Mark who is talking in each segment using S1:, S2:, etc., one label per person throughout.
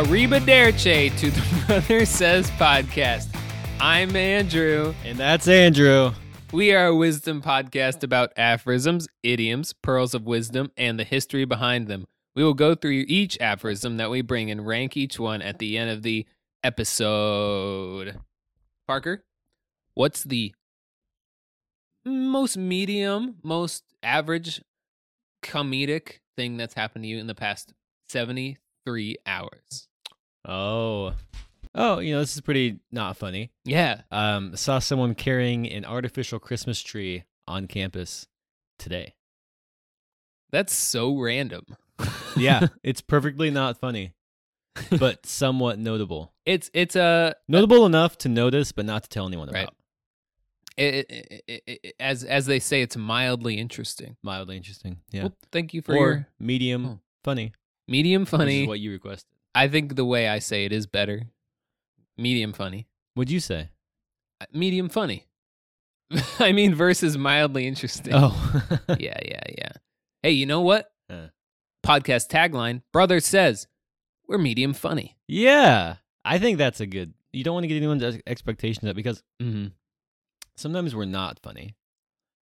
S1: Arrivederci uh, to the Brother Says podcast. I'm Andrew.
S2: And that's Andrew.
S1: We are a wisdom podcast about aphorisms, idioms, pearls of wisdom, and the history behind them. We will go through each aphorism that we bring and rank each one at the end of the episode. Parker, what's the most medium, most average comedic thing that's happened to you in the past 73 hours?
S2: Oh. Oh, you know, this is pretty not funny.
S1: Yeah.
S2: Um, saw someone carrying an artificial Christmas tree on campus today.
S1: That's so random.
S2: Yeah, it's perfectly not funny, but somewhat notable.
S1: It's it's a
S2: Notable enough to notice, but not to tell anyone
S1: Right.
S2: about.
S1: it, it, it, it- as as they say it's mildly interesting.
S2: Mildly interesting. Yeah.
S1: Well, thank you for
S2: or
S1: your
S2: medium
S1: Oh.
S2: funny.
S1: medium
S2: Which
S1: funny.
S2: is what you requested.
S1: I think the way I say it is better. Medium funny.
S2: What'd you say?
S1: Uh, Medium funny. I mean versus mildly interesting.
S2: Oh.
S1: Yeah, yeah, yeah. Hey, you know what?
S2: Huh.
S1: Podcast tagline, brother says, we're medium funny.
S2: yeah. I think that's a good. You don't want to get anyone's ex- expectations up because
S1: Mm-hmm.
S2: sometimes we're not funny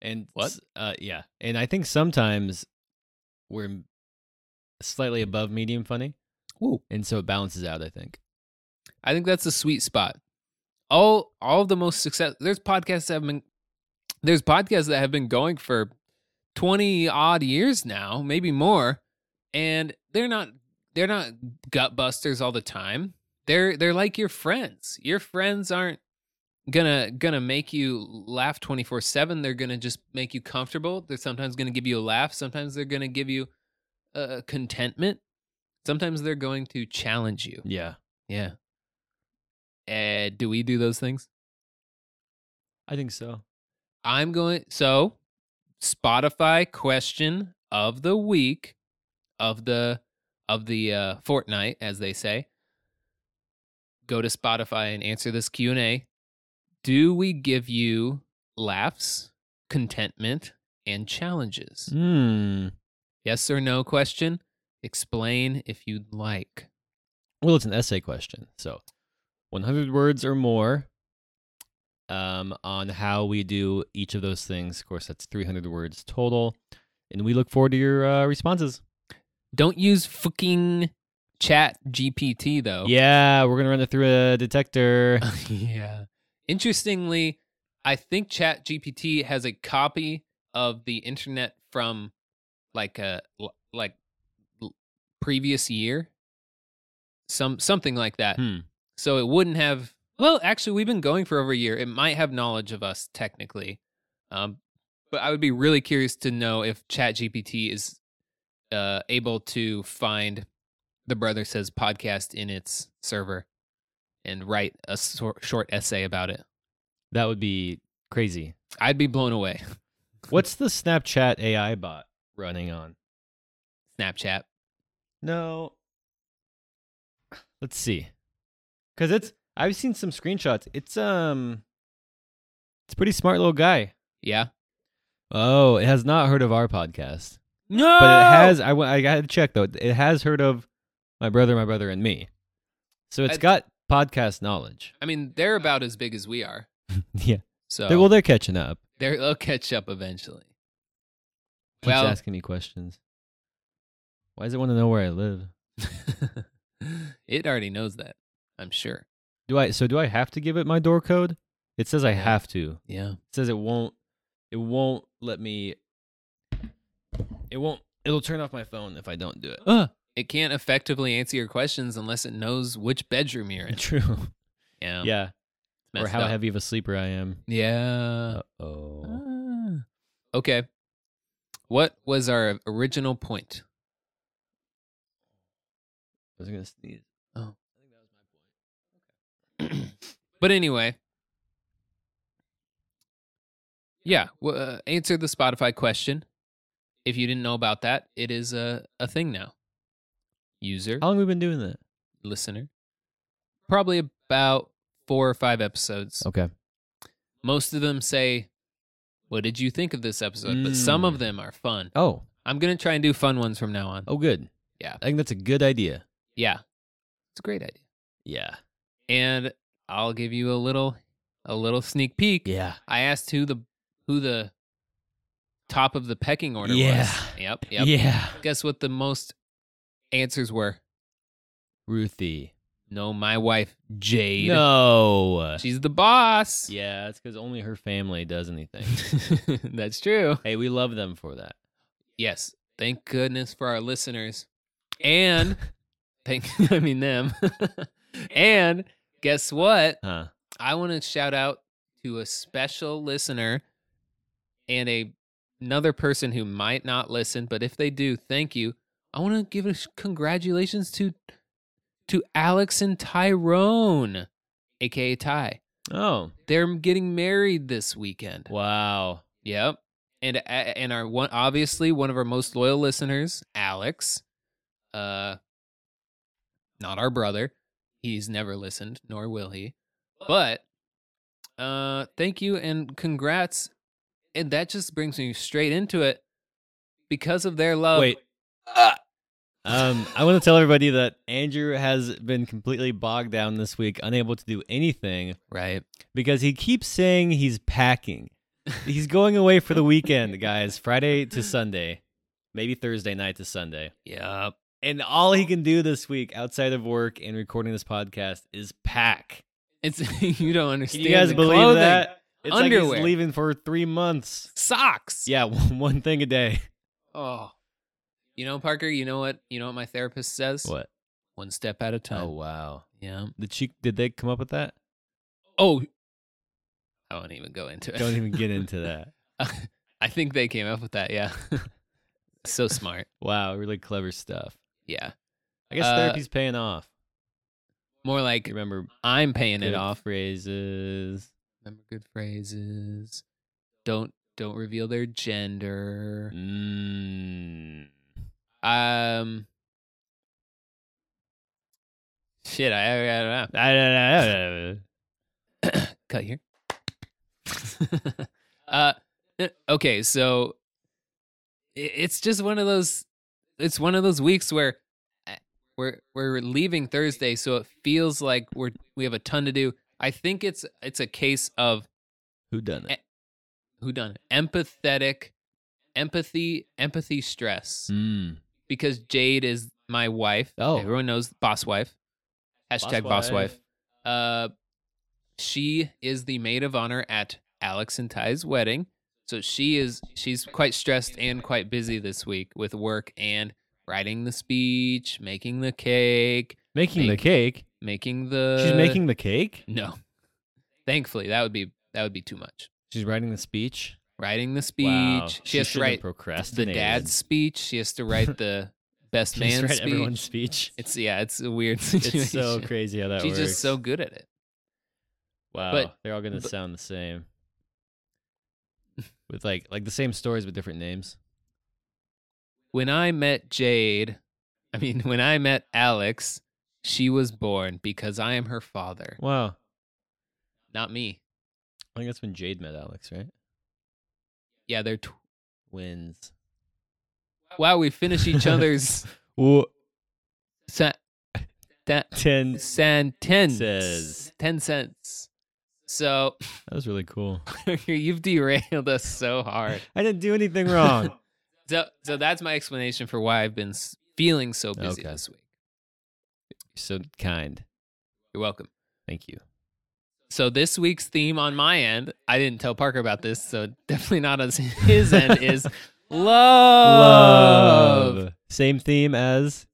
S2: and
S1: What?
S2: s- uh yeah and i think sometimes we're m- slightly above medium funny
S1: Ooh.
S2: and so it balances out i think
S1: I think that's a sweet spot. All all of the most success there's podcasts that have been there's podcasts that have been going for 20 odd years now, maybe more, and they're not they're not gut busters all the time. They're they're like your friends. Your friends aren't gonna gonna make you laugh 24/7. They're gonna just make you comfortable. They're sometimes gonna give you a laugh, sometimes they're gonna give you uh, contentment. Sometimes they're going to challenge you.
S2: yeah
S1: Yeah. Uh, do we do those things?
S2: i think so
S1: I'm going. So, Spotify question of the week, of the of the uh, fortnight, as they say. Go to Spotify and answer this Q and A. Do we give you laughs, contentment, and challenges?
S2: hmm
S1: Yes or no question. Explain if you'd like.
S2: well it's an essay question so 100 words or more um on how we do each of those things of course that's 300 words total and we look forward to your uh, responses
S1: Don't use fucking Chat GPT though.
S2: yeah we're gonna run it through a detector
S1: yeah. Interestingly, I think ChatGPT has a copy of the internet from like a l- like l- previous year, some something like that.
S2: Hmm.
S1: So it wouldn't have. Well, actually, we've been going for over a year. It might have knowledge of us technically, um, but I would be really curious to know if ChatGPT is uh, able to find the Brother Says podcast in its server and write a sor- short essay about it.
S2: that would be crazy
S1: I'd be blown away.
S2: What's the Snapchat AI bot running on?
S1: Snapchat.
S2: No. Let's see. Cuz it's I've seen some screenshots. It's um It's a pretty smart little guy.
S1: Yeah.
S2: Oh, it has not heard of our podcast.
S1: No.
S2: But it has I went- I got to check though. It has heard of my brother, my brother and me. So it's
S1: I-
S2: got podcast knowledge.
S1: I mean, they're about as big as we are.
S2: yeah.
S1: So
S2: They- well, they're catching up.
S1: they're, they'll catch up eventually.
S2: Keeps
S1: Well-
S2: asking me questions. Why does it want to know where I live?
S1: it already knows that, I'm sure.
S2: Do I so do I have to give it my door code? It says I have to.
S1: Yeah.
S2: It says it won't it won't let me it won't it'll turn off my phone if I don't do it.
S1: It can't effectively answer your questions unless it knows which bedroom you're in.
S2: True.
S1: Yeah.
S2: Yeah.
S1: it's
S2: or
S1: messed
S2: how
S1: up.
S2: heavy of a sleeper I am.
S1: Yeah.
S2: oh.
S1: Ah. Okay. What was our original point?
S2: I was gonna sneeze.
S1: Oh.
S2: I think that was my
S1: But anyway, yeah, well, uh, answer the Spotify question. If you didn't know about that, it is a, a thing now. User,
S2: How long have we been doing that?
S1: listener, probably about four or five episodes.
S2: Okay.
S1: Most of them say, What did you think of this episode? But some
S2: Mm.
S1: of them are fun.
S2: Oh.
S1: I'm going to try and do fun ones from now on.
S2: Oh good.
S1: Yeah.
S2: I think that's a good idea.
S1: Yeah. It's a great idea.
S2: Yeah.
S1: And I'll give you a little a little sneak peek.
S2: Yeah.
S1: I asked who the who the top of the pecking order
S2: Yeah.
S1: was. Yep. Yep.
S2: Yeah.
S1: Guess what the most answers were?
S2: Ruthie.
S1: No, my wife Jade.
S2: No.
S1: She's the boss.
S2: Yeah, it's because only her family does anything.
S1: That's true.
S2: hey, we love them for that.
S1: Yes. Thank goodness for our listeners. And thank I mean them. and guess what?
S2: Huh.
S1: I want to shout out to a special listener and a another person who might not listen, but if they do, thank you. I want to give a sh- congratulations to to Alex and Tyrone, aka Ty.
S2: Oh.
S1: They're getting married this weekend.
S2: Wow.
S1: Yep. And a- and our one obviously one of our most loyal listeners, Alex, uh not our brother. He's never listened, nor will he. But uh thank you and congrats. And that just brings me straight into it because of their love.
S2: Wait.
S1: uh,
S2: Um, I want to tell everybody that Andrew has been completely bogged down this week, unable to do anything
S1: Right.
S2: because he keeps saying he's packing. He's going away for the weekend, guys, Friday to Sunday, maybe Thursday night to Sunday.
S1: Yep.
S2: And all he can do this week outside of work and recording this podcast is pack.
S1: It's you don't
S2: Can
S1: understand.
S2: you guys
S1: the
S2: believe
S1: clothing.
S2: that? It's like
S1: Underwear.
S2: he's leaving for three months.
S1: Socks.
S2: Yeah, one one thing a day.
S1: Oh. You know, Parker, you know what you know what my therapist says?
S2: What?
S1: One step at a time.
S2: Oh wow.
S1: Yeah.
S2: Did she? Did they come up with that?
S1: Oh, I won't even go into it.
S2: Don't even get into that.
S1: I think they came up with that. Yeah. so smart.
S2: Wow, really clever stuff.
S1: Yeah.
S2: I guess
S1: Uh,
S2: therapy's paying off.
S1: More like
S2: Remember
S1: I'm paying
S2: good
S1: it off.
S2: phrases.
S1: Remember good phrases. Don't don't reveal their gender.
S2: Mm.
S1: Um. Shit, I, I don't know. Cut here. uh, okay, so i- it's just one of those. It's one of those weeks where uh, we're we're leaving Thursday, so it feels like we're we have a ton to do. I think it's it's a case of
S2: Who done it?
S1: who done empathetic, empathy, empathy stress
S2: Mm.
S1: because Jade is my wife.
S2: Oh.
S1: everyone knows boss wife. Hashtag boss wife. Uh, she is the maid of honor at Alex and Ty's wedding. So she is she's quite stressed and quite busy this week with work and writing the speech, making the cake,
S2: Making the
S1: Make-
S2: cake.
S1: making the
S2: She's making the Mm. cake.
S1: No. Thankfully, that would be that would be too much.
S2: She's writing the speech.
S1: Writing the speech.
S2: Wow.
S1: She, has to
S2: shouldn't
S1: write the
S2: procrastinate.
S1: dad's speech. She has to write the best
S2: She just
S1: man
S2: write
S1: speech.
S2: everyone's speech.
S1: It's yeah, it's a weird situation.
S2: It's so crazy how that
S1: She's
S2: works.
S1: just so good at it.
S2: wow.
S1: but-
S2: They're all gonna
S1: but-
S2: sound the same. With like like the same stories but different names.
S1: when I met Jade, I mean, when I met Alex, she was born because I am her father,
S2: Wow.
S1: not me.
S2: I think that's when Jade met Alex, right?
S1: Yeah, they're. Tw-
S2: Wins.
S1: wow, we finish each other's
S2: Ooh,
S1: sen- ten,
S2: ten.
S1: sentence.
S2: Says.
S1: Ten cents. So
S2: That was really cool.
S1: you've derailed us so hard.
S2: I didn't do anything wrong.
S1: So, so that's my explanation for why I've been s- feeling so busy
S2: Okay.
S1: this week.
S2: so kind.
S1: You're welcome.
S2: Thank you.
S1: So this week's theme on my end, I didn't tell Parker about this, so definitely not on his end is love.
S2: Same theme as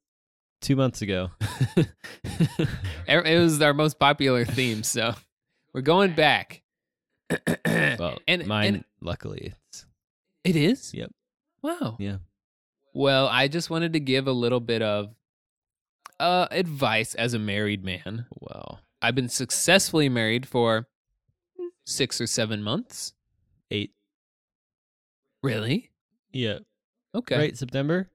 S2: two months ago.
S1: E, It it was our most popular theme, so we're going back.
S2: Well,
S1: And-
S2: mine,
S1: and-
S2: luckily, it's
S1: It is.
S2: Yep.
S1: Wow.
S2: Yeah.
S1: Well, I just wanted to give a little bit of uh advice as a married man.
S2: wow.
S1: I've been successfully married for 6 or 7 months.
S2: Eight.
S1: Really?
S2: Yeah.
S1: Okay.
S2: Right. September.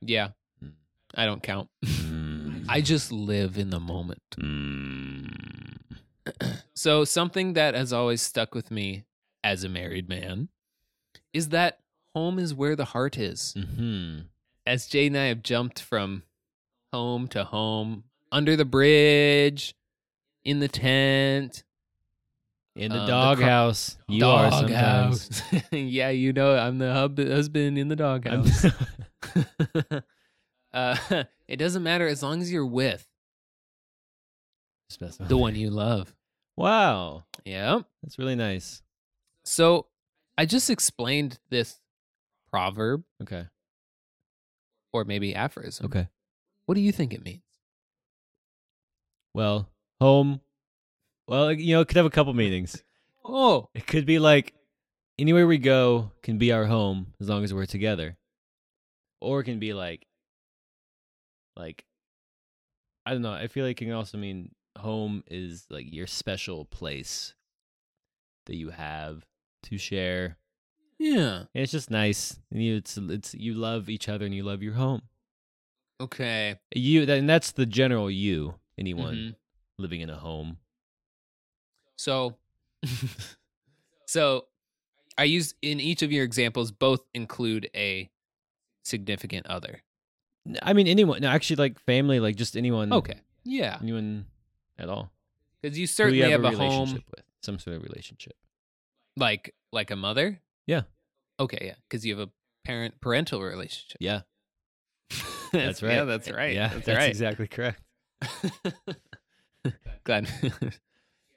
S1: Yeah.
S2: Mm.
S1: I don't count. I
S2: Mm-hmm.
S1: just live in the moment.
S2: Mm.
S1: So, something that has always stuck with me as a married man is that home is where the heart is.
S2: Hmm.
S1: As Jay and I have jumped from home to home, under the bridge, in the tent,
S2: In the
S1: Um, the cr-
S2: doghouse, you are sometimes.
S1: doghouse. yeah, you know, it. I'm the hub- husband in the
S2: I'm-
S1: doghouse. uh, it doesn't matter as long as you're with
S2: Just messing with
S1: the
S2: you.
S1: one you love.
S2: Wow,
S1: Yeah.
S2: that's really nice.
S1: So I just explained this proverb
S2: Okay.
S1: or maybe aphorism.
S2: Okay.
S1: What do you think it means?
S2: Well, home. Well, you know, it could have a couple meanings.
S1: Oh,
S2: It could be like anywhere we go can be our home as long as we're together. Or it can be like like I don't know, I feel like it can also mean home is like your special place that you have to share.
S1: yeah.
S2: And it's just nice. And you it's it's you love each other and you love your home.
S1: Okay.
S2: You and that's the general you, anyone
S1: Mhm.
S2: living in a home.
S1: So, so I use in each of your examples, both include a significant other.
S2: N- I mean anyone, no, actually like family, like just anyone.
S1: Okay. Yeah.
S2: Anyone at all.
S1: Because you
S2: who
S1: certainly
S2: you
S1: Hmm. have, a,
S2: relationship
S1: home
S2: with some sort of relationship
S1: like like a mother.
S2: Yeah.
S1: Okay. Yeah. Because you have a parent parental relationship.
S2: yeah
S1: That's,
S2: right. Eh,
S1: Yeah. That's right.
S2: yeah
S1: That's, right.
S2: exactly correct
S1: Glad.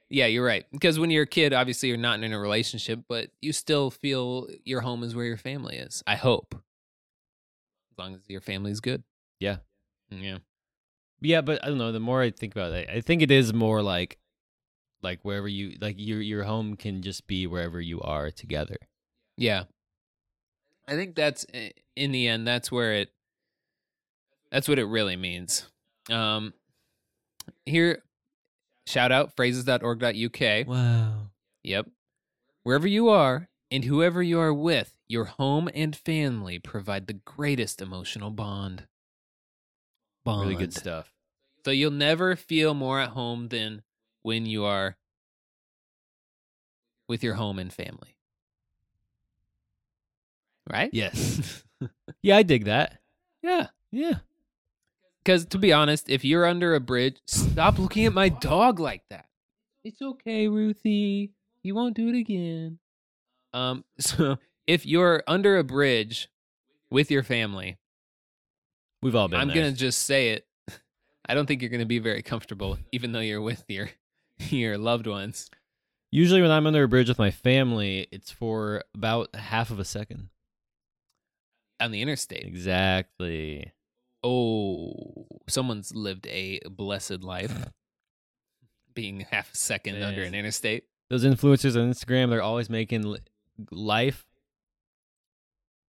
S1: yeah, you're right. Because when you're a kid, obviously you're not in a relationship, but you still feel your home is where your family is. I hope, as long as your family's good.
S2: Yeah.
S1: Yeah.
S2: yeah but i don't know the more i think about it i think it is more like like wherever you like your your home can just be wherever you are together
S1: Yeah. I think that's eh, in the end. That's where it. That's what it really means. Um, here, shout out phrases.org.uk.
S2: wow
S1: Yep. Wherever you are and whoever you are with, your home and family provide the greatest emotional bond. Bond.
S2: really good stuff
S1: So you'll never feel more at home than when you are with your home and family. Right?
S2: yes yeah i dig that
S1: Yeah.
S2: yeah
S1: Because to be honest, if you're under a bridge, stop looking at my dog like that. It's okay, Ruthie. You won't do it again. Um, so if you're under a bridge with your family,
S2: we've all been
S1: I'm
S2: there.
S1: gonna just say it. I don't think you're gonna be very comfortable, even though you're with your your loved ones.
S2: usually when i'm under a bridge with my family it's for about half of a second
S1: on the interstate.
S2: exactly
S1: Oh, someone's lived a blessed life being half a second under
S2: Yes.
S1: an interstate.
S2: those influencers on Instagram, they're always making li- life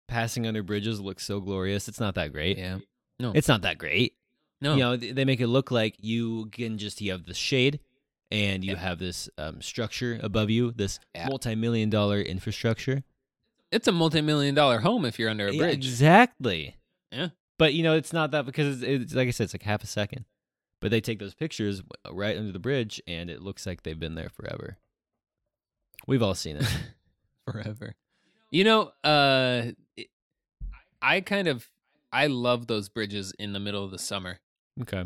S2: passing under bridges look so glorious. It's not that great.
S1: Yeah.
S2: It's not that great.
S1: No.
S2: You know, th- they make it look like you can just you have the shade and you
S1: Yeah.
S2: have this um, structure above you, this
S1: Yeah.
S2: multi-million dollar infrastructure.
S1: It's a multi-million dollar home if you're under a
S2: Yeah,
S1: bridge.
S2: exactly.
S1: Yeah.
S2: But you know, it's not that because it's, it's like I said, it's like half a second. But they take those pictures w- right under the bridge, and it looks like they've been there forever. We've all seen it.
S1: forever. You know, uh it- I kind of I love those bridges in the middle of the summer
S2: okay.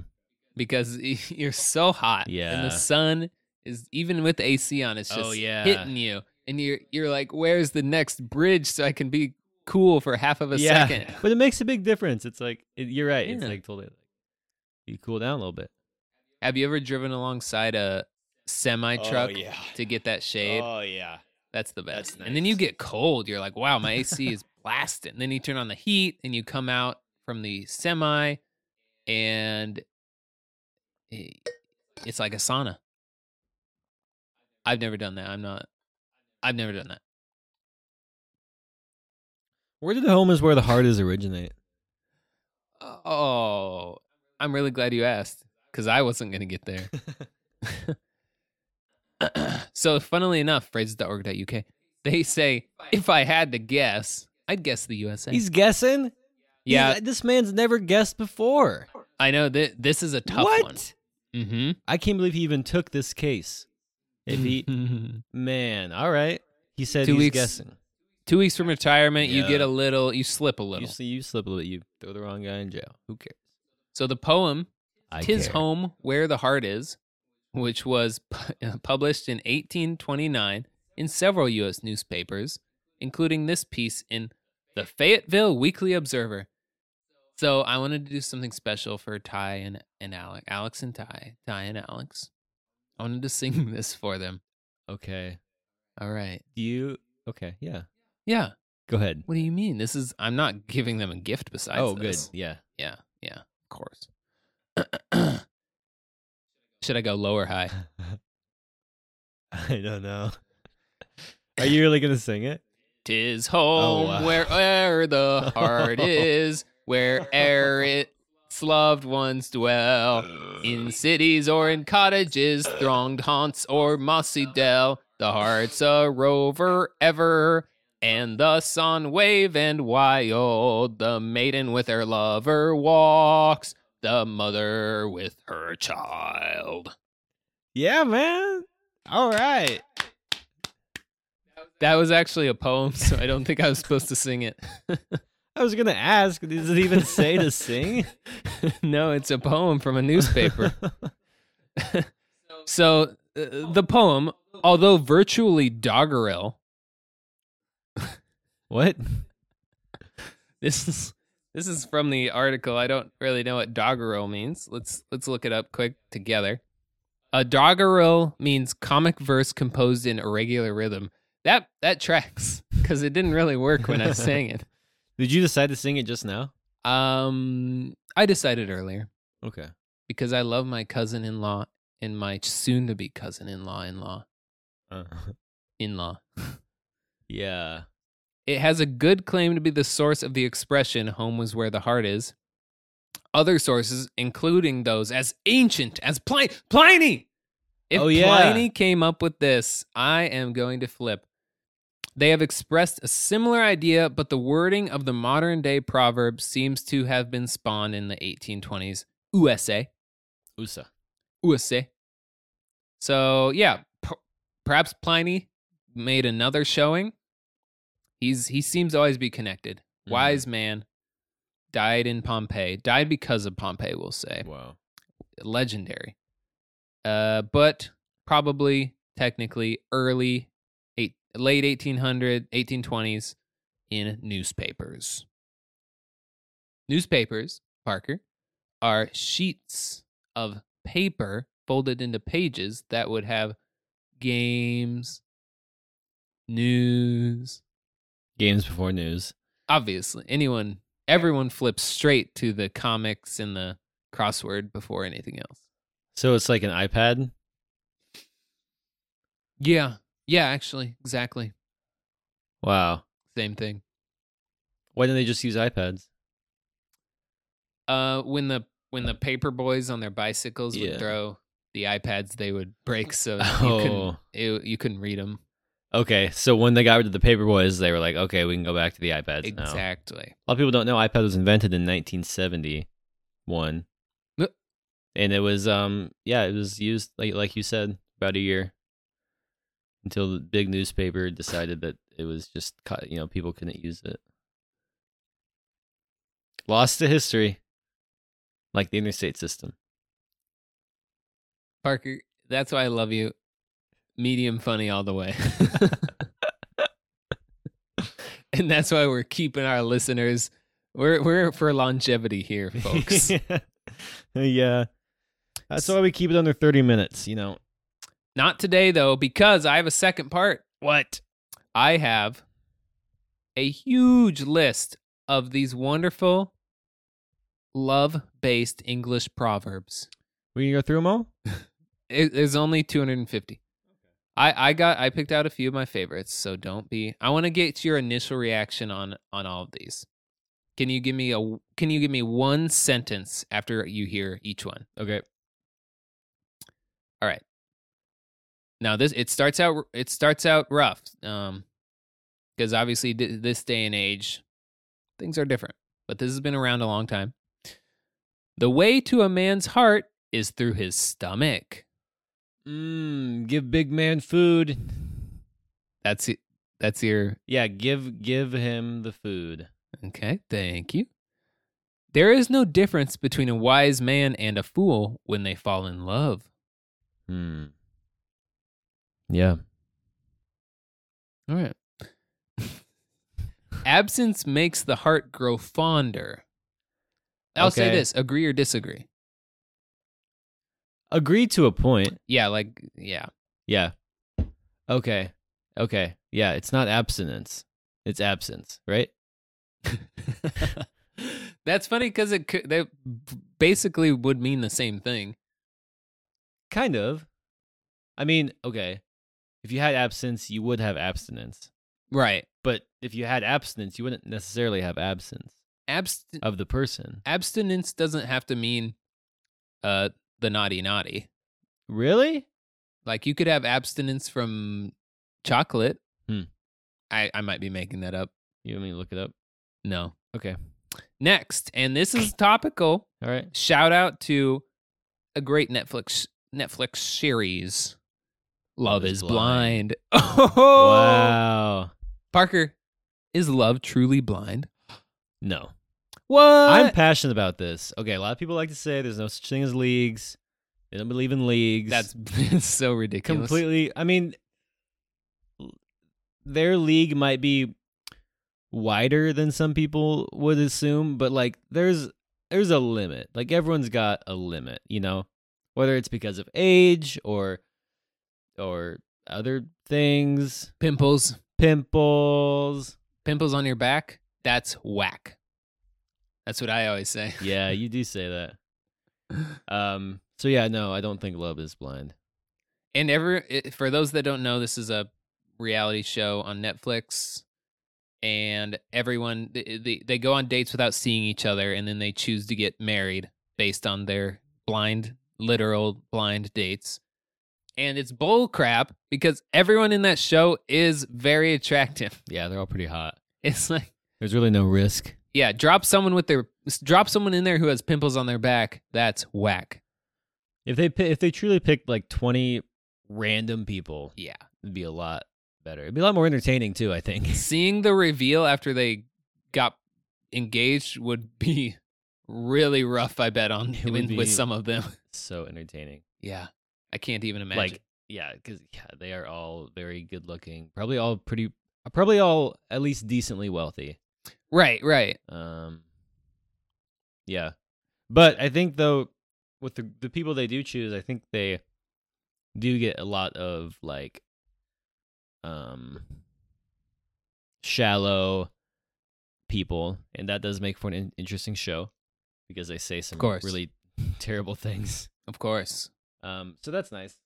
S1: because you're so hot and
S2: Yeah.
S1: the sun is even with AC on it's just
S2: Oh, yeah.
S1: hitting you and you're you're like where's the next bridge so I can be cool for half of a second.
S2: But it makes a big difference. It's like it, you're right. It's
S1: Yeah.
S2: like totally. You cool down a little bit.
S1: Have you ever driven alongside a semi truck
S2: Oh, yeah. Oh,
S1: to get that shade?
S2: yeah.
S1: That's the best.
S2: that's
S1: And then you
S2: nice.
S1: get cold. You're like, wow, my AC is blasting. And then you turn on the heat and you come out from the semi and i- it's like a sauna. I've never done that. I'm not, I've never done that.
S2: Where did the home is where the heart is originate?
S1: Oh, I'm really glad you asked because I wasn't going to get there. so, funnily enough, phrases.org.uk, they say, if I had to guess, I'd guess the USA.
S2: He's guessing.
S1: yeah,
S2: He's- uh, this man's never guessed before.
S1: I know that this is a tough
S2: what?
S1: one. Mm-hmm.
S2: I can't believe he even took this case. If he man, all right. He said
S1: Two
S2: he's
S1: weeks,
S2: guessing.
S1: two weeks from retirement, you
S2: Yeah.
S1: get a little, you slip a
S2: You
S1: little.
S2: see, you slip a little. You throw the wrong guy in jail. Who cares?
S1: So the poem
S2: I
S1: Tis
S2: care.
S1: Home Where the Heart Is, which was pu- published in 1829 in several U.S. newspapers, including this piece in the Fayetteville Weekly Observer. So I wanted to do something special for Ty and, and Alex, Alex and Ty, Ty and Alex. I wanted to sing this for them.
S2: Okay.
S1: All right.
S2: Do you? Okay. Yeah.
S1: Yeah.
S2: Go ahead.
S1: What do you mean? This is, I'm not giving them a gift besides
S2: oh, good.
S1: this.
S2: Yeah.
S1: Yeah. Yeah. Of course. Should I go low or high?
S2: I don't know. Are you really gonna sing it?
S1: Tis home
S2: wow.
S1: where'er the heart is, where'er its loved ones dwell. In cities or in cottages, thronged haunts or mossy dell, the heart's a rover ever. And thus on wave and wild, the maiden with her lover walks, the mother with her child.
S2: Yeah, man. All right.
S1: That was actually a poem, so I don't think I was supposed to sing it.
S2: I was gonna ask. Does it even say to sing?
S1: no, it's a poem from a newspaper. So uh, the poem, although virtually doggerel,
S2: what?
S1: this is this is from the article. I don't really know what doggerel means. Let's let's look it up quick together. A doggerel means comic verse composed in irregular rhythm. That that tracks because it didn't really work when I sang it.
S2: Did you decide to sing it just now?
S1: Um, I decided earlier
S2: Okay.
S1: because I love my cousin-in-law and my soon-to-be cousin-in-law in-law
S2: Uh,
S1: in-law.
S2: yeah.
S1: It has a good claim to be the source of the expression home was where the heart is. Other sources, including those as ancient as Pliny, Pliny. If
S2: Oh, yeah.
S1: Pliny came up with this, I am going to flip. They have expressed a similar idea, but the wording of the modern day proverb seems to have been spawned in the 1820s USA.
S2: Usa.
S1: USA. So yeah, p- perhaps Pliny made another showing. He's he seems to always be connected.
S2: Mhm.
S1: Wise man died in Pompeii. Died because of Pompeii, we'll say.
S2: Wow.
S1: Legendary. Uh, but probably technically early eight, late 1800 1820s in newspapers. Newspapers, Parker, are sheets of paper folded into pages that would have games, news.
S2: Games before news.
S1: Obviously, anyone, everyone flips straight to the comics and the crossword before anything else.
S2: So it's like an iPad.
S1: Yeah. Yeah, actually, exactly.
S2: Wow.
S1: Same thing.
S2: Why don't they just use iPads?
S1: Uh, when the when the paper boys on their bicycles
S2: Yeah.
S1: would throw the iPads, they would break, so you couldn't
S2: Oh.
S1: it, you couldn't read them.
S2: Okay. So when they got rid of the paper boys, they were like, okay, we can go back to the iPads now. A
S1: exactly.
S2: lot of people don't know iPad was invented in 1971,
S1: Yep.
S2: and it was um yeah it was used like like you said about a year until the big newspaper decided that it was just co- you know people couldn't use it. Lost to history, like the interstate system.
S1: Parker, that's why I love you. Medium funny all the way. and that's why we're keeping our listeners. We're we're for longevity here, folks.
S2: yeah. That's why we keep it under 30 minutes, you know.
S1: Not today though, because I have a second part.
S2: What?
S1: I have a huge list of these wonderful love-based English proverbs.
S2: We can go through them all?
S1: It, there's only 250. I, I got I picked out a few of my favorites, so don't be. I want to get your initial reaction on on all of these. Can you give me a Can you give me one sentence after you hear each one?
S2: Okay.
S1: Now this it starts out it starts out rough, um, because obviously d- this day and age, things are different. But this has been around a long time. The way to a man's heart is through his stomach.
S2: Mm, give big man food.
S1: That's it. That's your
S2: Yeah, give give him the food.
S1: Okay, thank you. There is no difference between a wise man and a fool when they fall in love.
S2: Hmm. Yeah.
S1: All right. Absence makes the heart grow fonder. I'll say
S2: Okay.
S1: this agree or disagree.
S2: Agree to a point.
S1: Yeah, like, yeah.
S2: Yeah. Okay. Okay. Yeah, it's not abstinence. It's absence, right?
S1: That's funny because it could, they basically would mean the same thing.
S2: Kind of. I mean, okay. If you had absence, you would have abstinence.
S1: Right.
S2: But if you had abstinence, you wouldn't necessarily have absence
S1: Abst-
S2: of the person.
S1: abstinence doesn't have to mean uh, the naughty naughty.
S2: Really?
S1: Like you could have abstinence from chocolate.
S2: Hmm.
S1: I, I might be making that up.
S2: You want me to look it up?
S1: No.
S2: Okay.
S1: Next, and this is topical.
S2: All right.
S1: Shout out to a great Netflix Netflix series, Love, is Blind. Oh,
S2: Wow.
S1: Parker, is love truly blind?
S2: No.
S1: What?
S2: I'm passionate about this. Okay, a lot of people like to say there's no such thing as leagues. They don't believe in leagues.
S1: that's it's so ridiculous.
S2: completely i mean l- their league might be wider than some people would assume but like there's there's a limit like everyone's got a limit you know whether it's because of age or or other things
S1: Pimples,
S2: pimples
S1: pimples on your back. That's whack. That's what I always say.
S2: yeah you do say that um so yeah no i don't think love is blind
S1: And ever i- for those that don't know, this is a reality show on Netflix, and everyone they, they, they go on dates without seeing each other, and then they choose to get married based on their blind, literal blind dates. And it's bull crap because everyone in that show is very attractive.
S2: yeah they're all pretty hot
S1: It's like,
S2: there's really no risk
S1: yeah, drop someone with their drop someone in there who has pimples on their back. That's whack.
S2: If they pi- if they truly picked like twenty random people,
S1: Yeah.
S2: it'd be a lot better. It'd be a lot more entertaining too. I think.
S1: seeing the reveal after they got engaged would be really rough i bet on
S2: It would
S1: with- with
S2: be-
S1: some of them
S2: so entertaining.
S1: yeah i can't even imagine
S2: Like yeah, because yeah, they are all very good looking. Probably all pretty. Probably all at least decently wealthy.
S1: right right
S2: Um. Yeah, but I think though with the the people they do choose, I think they do get a lot of like um shallow people and that does make for an in- interesting show because they say some
S1: course.
S2: really terrible things
S1: of course
S2: um so that's nice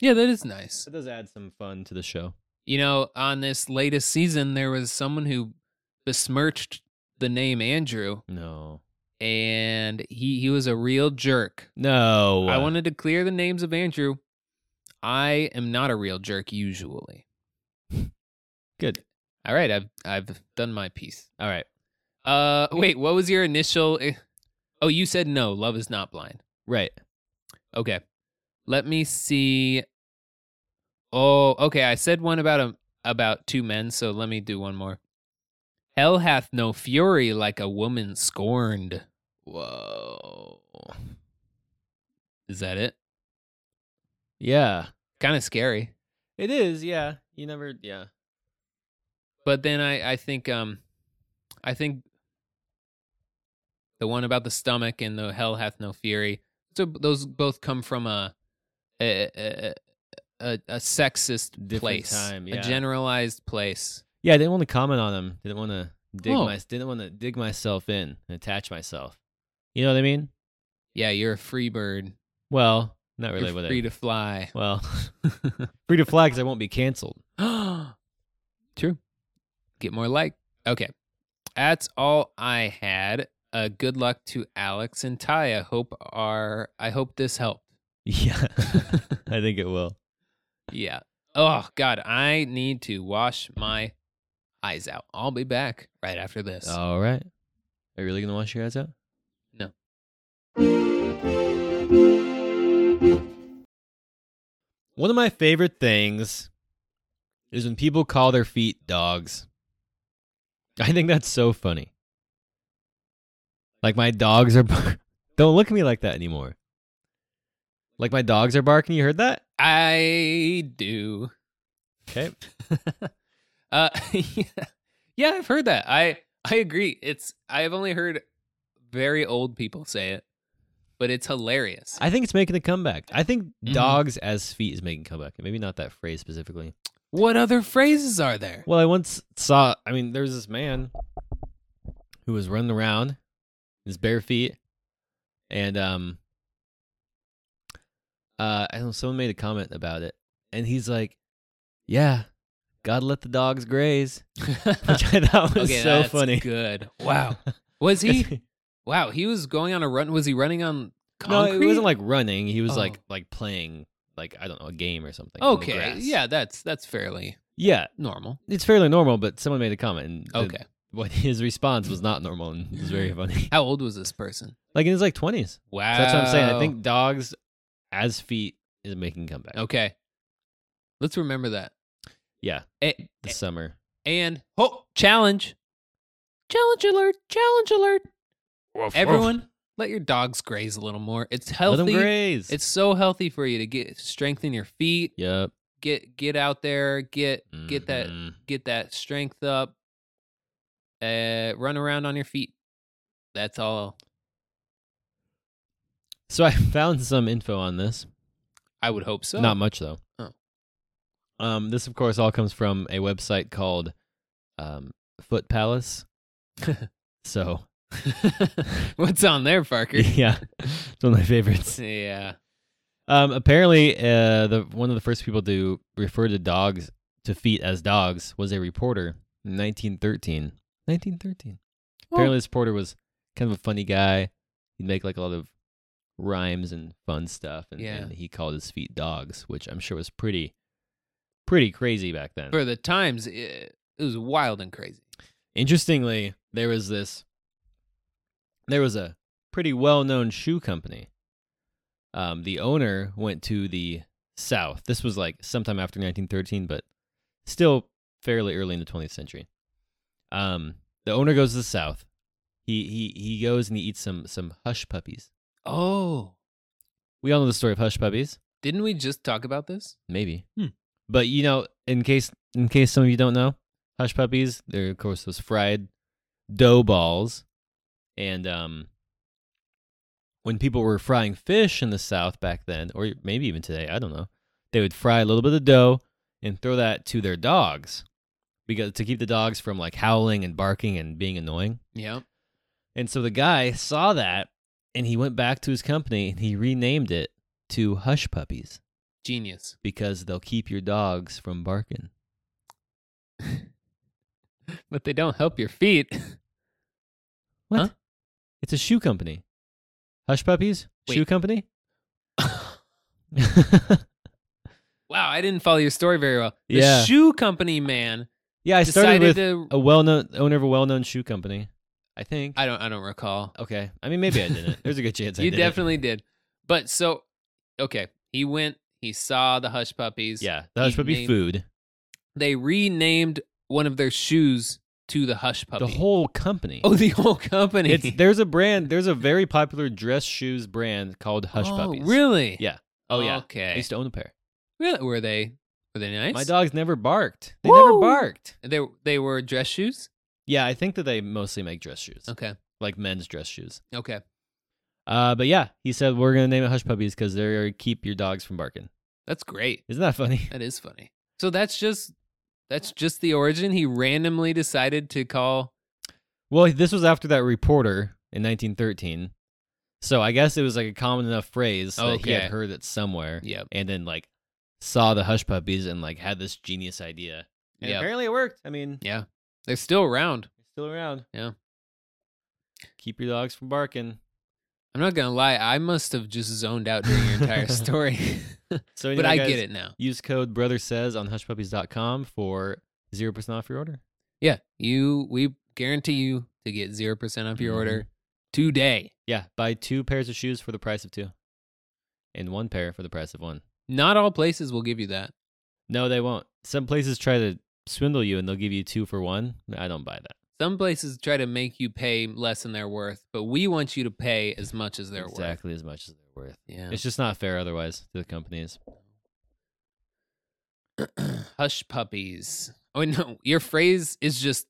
S1: yeah that is nice
S2: that does add some fun to the show
S1: you know on this latest season there was someone who besmirched the name andrew
S2: no
S1: and he he was a real jerk
S2: no
S1: i wanted to clear the names of andrew i am not a real jerk usually
S2: good
S1: all right i've i've done my piece
S2: all right
S1: Uh, wait, what was your initial? Oh, you said no. Love is not blind.
S2: right
S1: Okay, let me see. Oh, okay. I said one about a about two men, so let me do one more. Hell hath no fury like a woman scorned. Oh.
S2: whoa
S1: Is that it?
S2: yeah
S1: Kind of scary.
S2: It is, yeah. You never, yeah.
S1: But then I I think um, I think the one about the stomach and the hell hath no fury. So those both come from a a a, a, a sexist
S2: Different
S1: place,
S2: time, yeah.
S1: a generalized place.
S2: Yeah, I didn't want to comment on him. Didn't want to dig
S1: Oh.
S2: my, didn't want to dig myself in and attach myself. You know what I mean?
S1: Yeah, you're a free bird.
S2: Well, not really.
S1: you're
S2: But
S1: free
S2: I,
S1: to fly.
S2: well, free to fly 'cause I won't be canceled.
S1: True. Get more like. Okay. That's all I had. Uh, good luck to Alex and Ty. I hope are I hope this helped.
S2: Yeah, I think it will.
S1: Yeah. Oh God, I need to wash my eyes out. I'll be back right after this.
S2: All right. Are you really gonna wash your eyes out?
S1: No.
S2: One of my favorite things is when people call their feet dogs. I think that's so funny. Like my dogs are. Bar- Don't look at me like that anymore. Like my dogs are barking. You heard that?
S1: I do.
S2: Okay.
S1: Uh, yeah. yeah, I've heard that. I I agree. It's I've only heard very old people say it, but it's hilarious.
S2: I think it's making a comeback. I think
S1: Mhm.
S2: dogs as feet is making a comeback. Maybe not that phrase specifically.
S1: what other phrases are there?
S2: Well, I once saw. I mean, there was this man who was running around, his bare feet, and um, uh, I don't know. Someone made a comment about it, and he's like, "Yeah, gotta let the dogs graze," which I thought was
S1: okay,
S2: so
S1: that's
S2: funny.
S1: Good. Wow. Was he?
S2: 'Cause-
S1: Wow, he was going on a run. Was he running on
S2: no,
S1: concrete?
S2: it wasn't like running. He was
S1: Oh.
S2: like like playing like I don't know a game or something. on the
S1: Okay,
S2: grass.
S1: yeah, that's that's fairly
S2: yeah.
S1: normal.
S2: It's fairly normal, but someone made a comment. And the-
S1: Okay,
S2: what his response was not normal and it was very funny.
S1: how old was this person?
S2: Like in his like twenties.
S1: Wow,
S2: So that's what I'm saying. I think dogs as feet is making comeback.
S1: Okay, let's remember that.
S2: Yeah,
S1: A-
S2: this summer.
S1: and oh, challenge, challenge alert, challenge alert! Everyone, let your dogs graze a little more. It's
S2: let them
S1: healthy.
S2: graze.
S1: It's so healthy for you to get strengthen your feet.
S2: yep.
S1: Get get out there. Get get that
S2: Mhm.
S1: get that strength up. Uh, run around on your feet. That's all
S2: So I found some info on this.
S1: I would hope so.
S2: Not much though.
S1: Oh.
S2: Um, this of course all comes from a website called um, Foot Palace. so
S1: What's on there, Parker?
S2: yeah, it's one of my favorites.
S1: yeah.
S2: Um, apparently, uh, the one of the first people to refer to dogs to feet as dogs was a reporter in 1913. 1913. Apparently, this reporter was kind of a funny guy. He'd make like a lot of rhymes and fun stuff, and,
S1: Yeah.
S2: and he called his feet dogs, which I'm sure was pretty, pretty crazy back then.
S1: For the times, it, it was wild and crazy.
S2: Interestingly, there was this there was a pretty well-known shoe company. Um, the owner went to the South. This was like sometime after 1913, but still fairly early in the 20th century. Um, the owner goes to the South. He he he goes and he eats some some hush puppies.
S1: Oh,
S2: We all know the story of hush puppies,
S1: didn't we just talk about this?
S2: maybe.
S1: Hmm.
S2: But you know, in case in case some of you don't know, hush puppies, they're of course those fried dough balls. And um, when people were frying fish in the South back then, or maybe even today, I don't know, they would fry a little bit of dough and throw that to their dogs because to keep the dogs from like howling and barking and being annoying.
S1: Yeah.
S2: And so the guy saw that and he went back to his company and he renamed it to Hush Puppies
S1: Genius.
S2: because they'll keep your dogs from barking.
S1: But they don't help your feet.
S2: What?
S1: Huh?
S2: It's a shoe company. Hush Puppies? Shoe
S1: Wait.
S2: company?
S1: wow, I didn't follow your story very well. The
S2: Yeah.
S1: shoe company man
S2: yeah, I started
S1: decided
S2: with
S1: to.
S2: a well-known owner of a well-known shoe company. I think.
S1: I don't. I don't recall.
S2: okay. I mean, maybe I didn't. There's a good chance I
S1: you
S2: did.
S1: definitely did. But so, okay, he went. He saw the hush puppies.
S2: Yeah, the Hush
S1: You
S2: Puppy
S1: named
S2: food.
S1: They renamed one of their shoes to the hush puppy.
S2: The whole company.
S1: Oh, the whole company.
S2: It's there's a brand. There's a very popular dress shoes brand called Hush
S1: oh,
S2: Puppies.
S1: Really?
S2: Yeah. Oh yeah. I
S1: Okay.
S2: used to own a pair.
S1: Really? Were they? Were they nice?
S2: My dogs never barked. They never
S1: Woo!
S2: barked.
S1: They they were dress shoes.
S2: Yeah, I think that they mostly make dress shoes,
S1: Okay.
S2: like men's dress shoes.
S1: Okay.
S2: Uh, but yeah, he said we're gonna name it Hush Puppies because they keep your dogs from barking.
S1: That's great.
S2: Isn't that funny?
S1: That is funny. So that's just that's just the origin. He randomly decided to call.
S2: Well, this was after that reporter in 1913, so I guess it was like a common enough phrase that he
S1: Okay.
S2: had heard it somewhere,
S1: Yep.
S2: and then like saw the Hush Puppies and like had this genius idea. And
S1: Yep.
S2: apparently it worked. I mean,
S1: Yeah. They're still around.
S2: it's still around.
S1: Yeah.
S2: Keep your dogs from barking.
S1: I'm not gonna lie. I must have just zoned out during your entire story.
S2: So,
S1: but
S2: anyway,
S1: I
S2: guys,
S1: get it now.
S2: Use code brother says on hushpuppies.com for 0% off your order.
S1: Yeah. You. We guarantee you to get zero percent off your
S2: Mhm.
S1: order today.
S2: Yeah, buy two pairs of shoes for the price of two and one pair for the price of one.
S1: Not all places will give you that.
S2: No, they won't. Some places try to swindle you and they'll give you two for one. I don't buy that.
S1: Some places try to make you pay less than they're worth, but we want you to pay as much as they're worth.
S2: exactly as much as they're worth.
S1: Yeah.
S2: It's just not fair otherwise to the companies.
S1: Hush puppies. Oh no, your phrase is just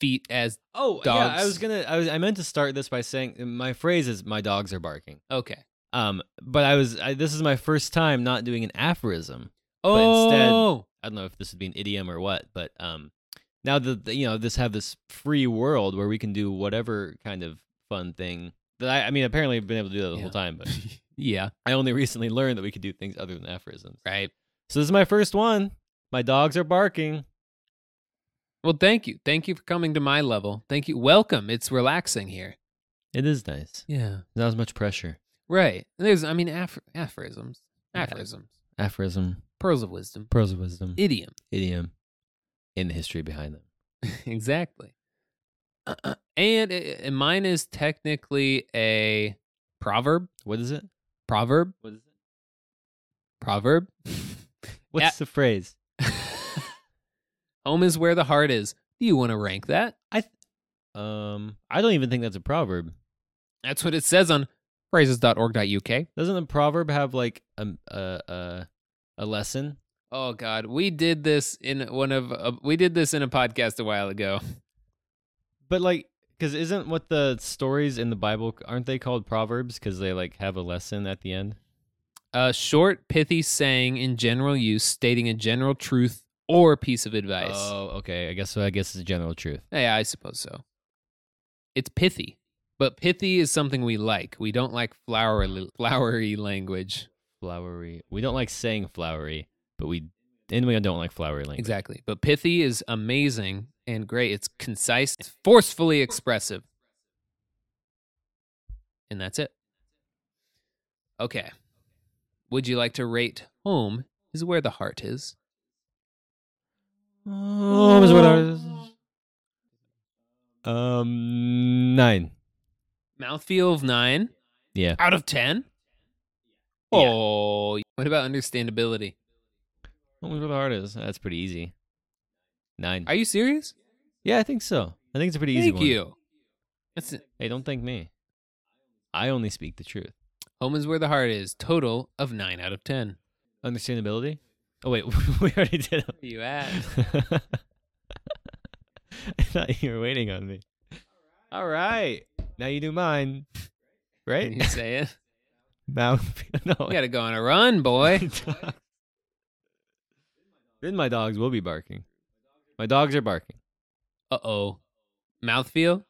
S1: feet as
S2: Oh yeah, I
S1: Dogs.
S2: was gonna. I was. I meant to start this by saying my phrase is my dogs are barking.
S1: okay.
S2: Um, but I was. I, this is my first time not doing an aphorism.
S1: Oh,
S2: instead- I don't know if this would be an idiom or what, but um, now that you know this have this free world where we can do whatever kind of fun thing that I, I mean, apparently I've been able to do that the
S1: Yeah.
S2: whole time, but
S1: yeah,
S2: I only recently learned that we could do things other than aphorisms.
S1: right.
S2: So this is my first one. My dogs are barking.
S1: Well, thank you, thank you for coming to my level. Thank you. Welcome. It's relaxing here.
S2: It is nice.
S1: Yeah.
S2: Not as much pressure.
S1: Right. There's, I mean, aph- aphorisms,
S2: Yeah.
S1: aphorisms,
S2: Aphorism,
S1: pearls of wisdom,
S2: pearls of wisdom,
S1: idiom.
S2: idiom, and the history behind them.
S1: exactly. and, it, and mine is technically a proverb.
S2: What is it?
S1: Proverb.
S2: What is it?
S1: Proverb.
S2: What's the phrase?
S1: Home is where the heart is. Do you want to rank that?
S2: Um, I don't even think that's a proverb.
S1: That's what it says on phrases.org.uk.
S2: Doesn't a proverb have like a a a, a lesson?
S1: Oh God, we did this in one of uh, we did this in a podcast a while ago.
S2: But like, because isn't what the stories in the Bible aren't they called proverbs? Because they like have a lesson at the end.
S1: A short, pithy saying in general use, stating a general truth or piece of advice.
S2: Oh, okay. I guess so. I guess it's general truth.
S1: Yeah, I suppose so. It's pithy, but pithy is something we like. We don't like flowery, flowery language.
S2: Flowery. We don't like saying flowery, but we and we don't like flowery language.
S1: Exactly. But pithy is amazing and great. It's concise, it's forcefully expressive. And that's it. Okay. Would you like to rate home is where the heart is?
S2: Oh, Miss Woodhouse. Um, nine.
S1: Mouthfeel of nine
S2: Yeah.
S1: out of 10. Oh, what about understandability?
S2: Oh, What was where the heart is? That's pretty easy. Nine.
S1: Are you serious?
S2: yeah, I think so. I think it's a pretty easy
S1: Thank
S2: one.
S1: you. That's
S2: Hey, don't thank me. I only speak the truth.
S1: Home is where the heart is. Total of nine out of ten.
S2: Understandability? Oh wait, we already did.
S1: Where you at?
S2: I thought you were waiting on me. All right. Now you do mine.
S1: Can you
S2: Right?
S1: say it?
S2: Mouth. No.
S1: You gotta go on a run, boy.
S2: then my dogs will be barking. My dogs are barking.
S1: Uh oh. Mouthfeel?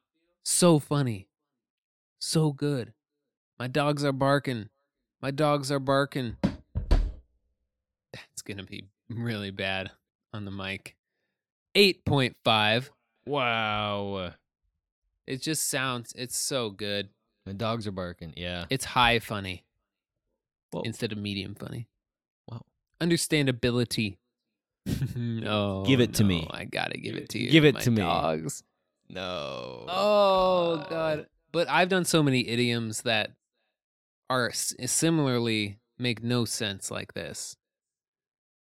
S1: So funny. So good. My dogs are barking. My dogs are barking. That's gonna be really bad on the mic. 8.5.
S2: Wow.
S1: It just sounds, it's so good.
S2: My dogs are barking. Yeah.
S1: It's high funny
S2: Whoa.
S1: instead of medium funny.
S2: Wow.
S1: Understandability. oh,
S2: Give it to
S1: no,
S2: me.
S1: I gotta give it to you.
S2: Give it
S1: my
S2: to me.
S1: Dogs.
S2: No.
S1: Oh god. But I've done so many idioms that are s- similarly make no sense like this.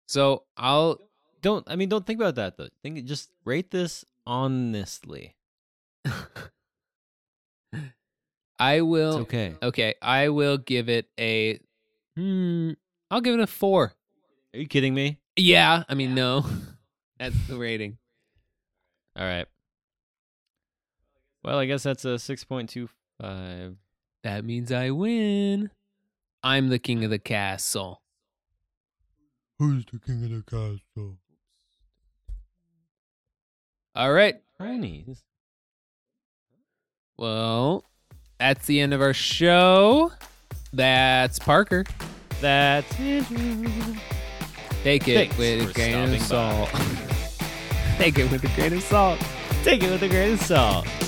S1: So I'll
S2: Don't. I mean, don't think about that though. Think. Just rate this honestly.
S1: I
S2: It's
S1: will okay.
S2: okay.
S1: I will give it a hmm I'll give it a 4.
S2: Are you kidding me?
S1: Yeah, I mean no. That's the rating.
S2: All right. Well, I guess that's a six point two five.
S1: That means I win. I'm the king of the castle.
S3: Who's the king of the castle?
S1: All right.
S2: Crannies.
S1: Well, that's the end of our show. That's Parker.
S2: That's
S1: Take it
S2: Thanks
S1: with
S2: for
S1: a grain of
S2: stopping
S1: salt. Take it with a grain of salt.
S2: take it with a grain of salt.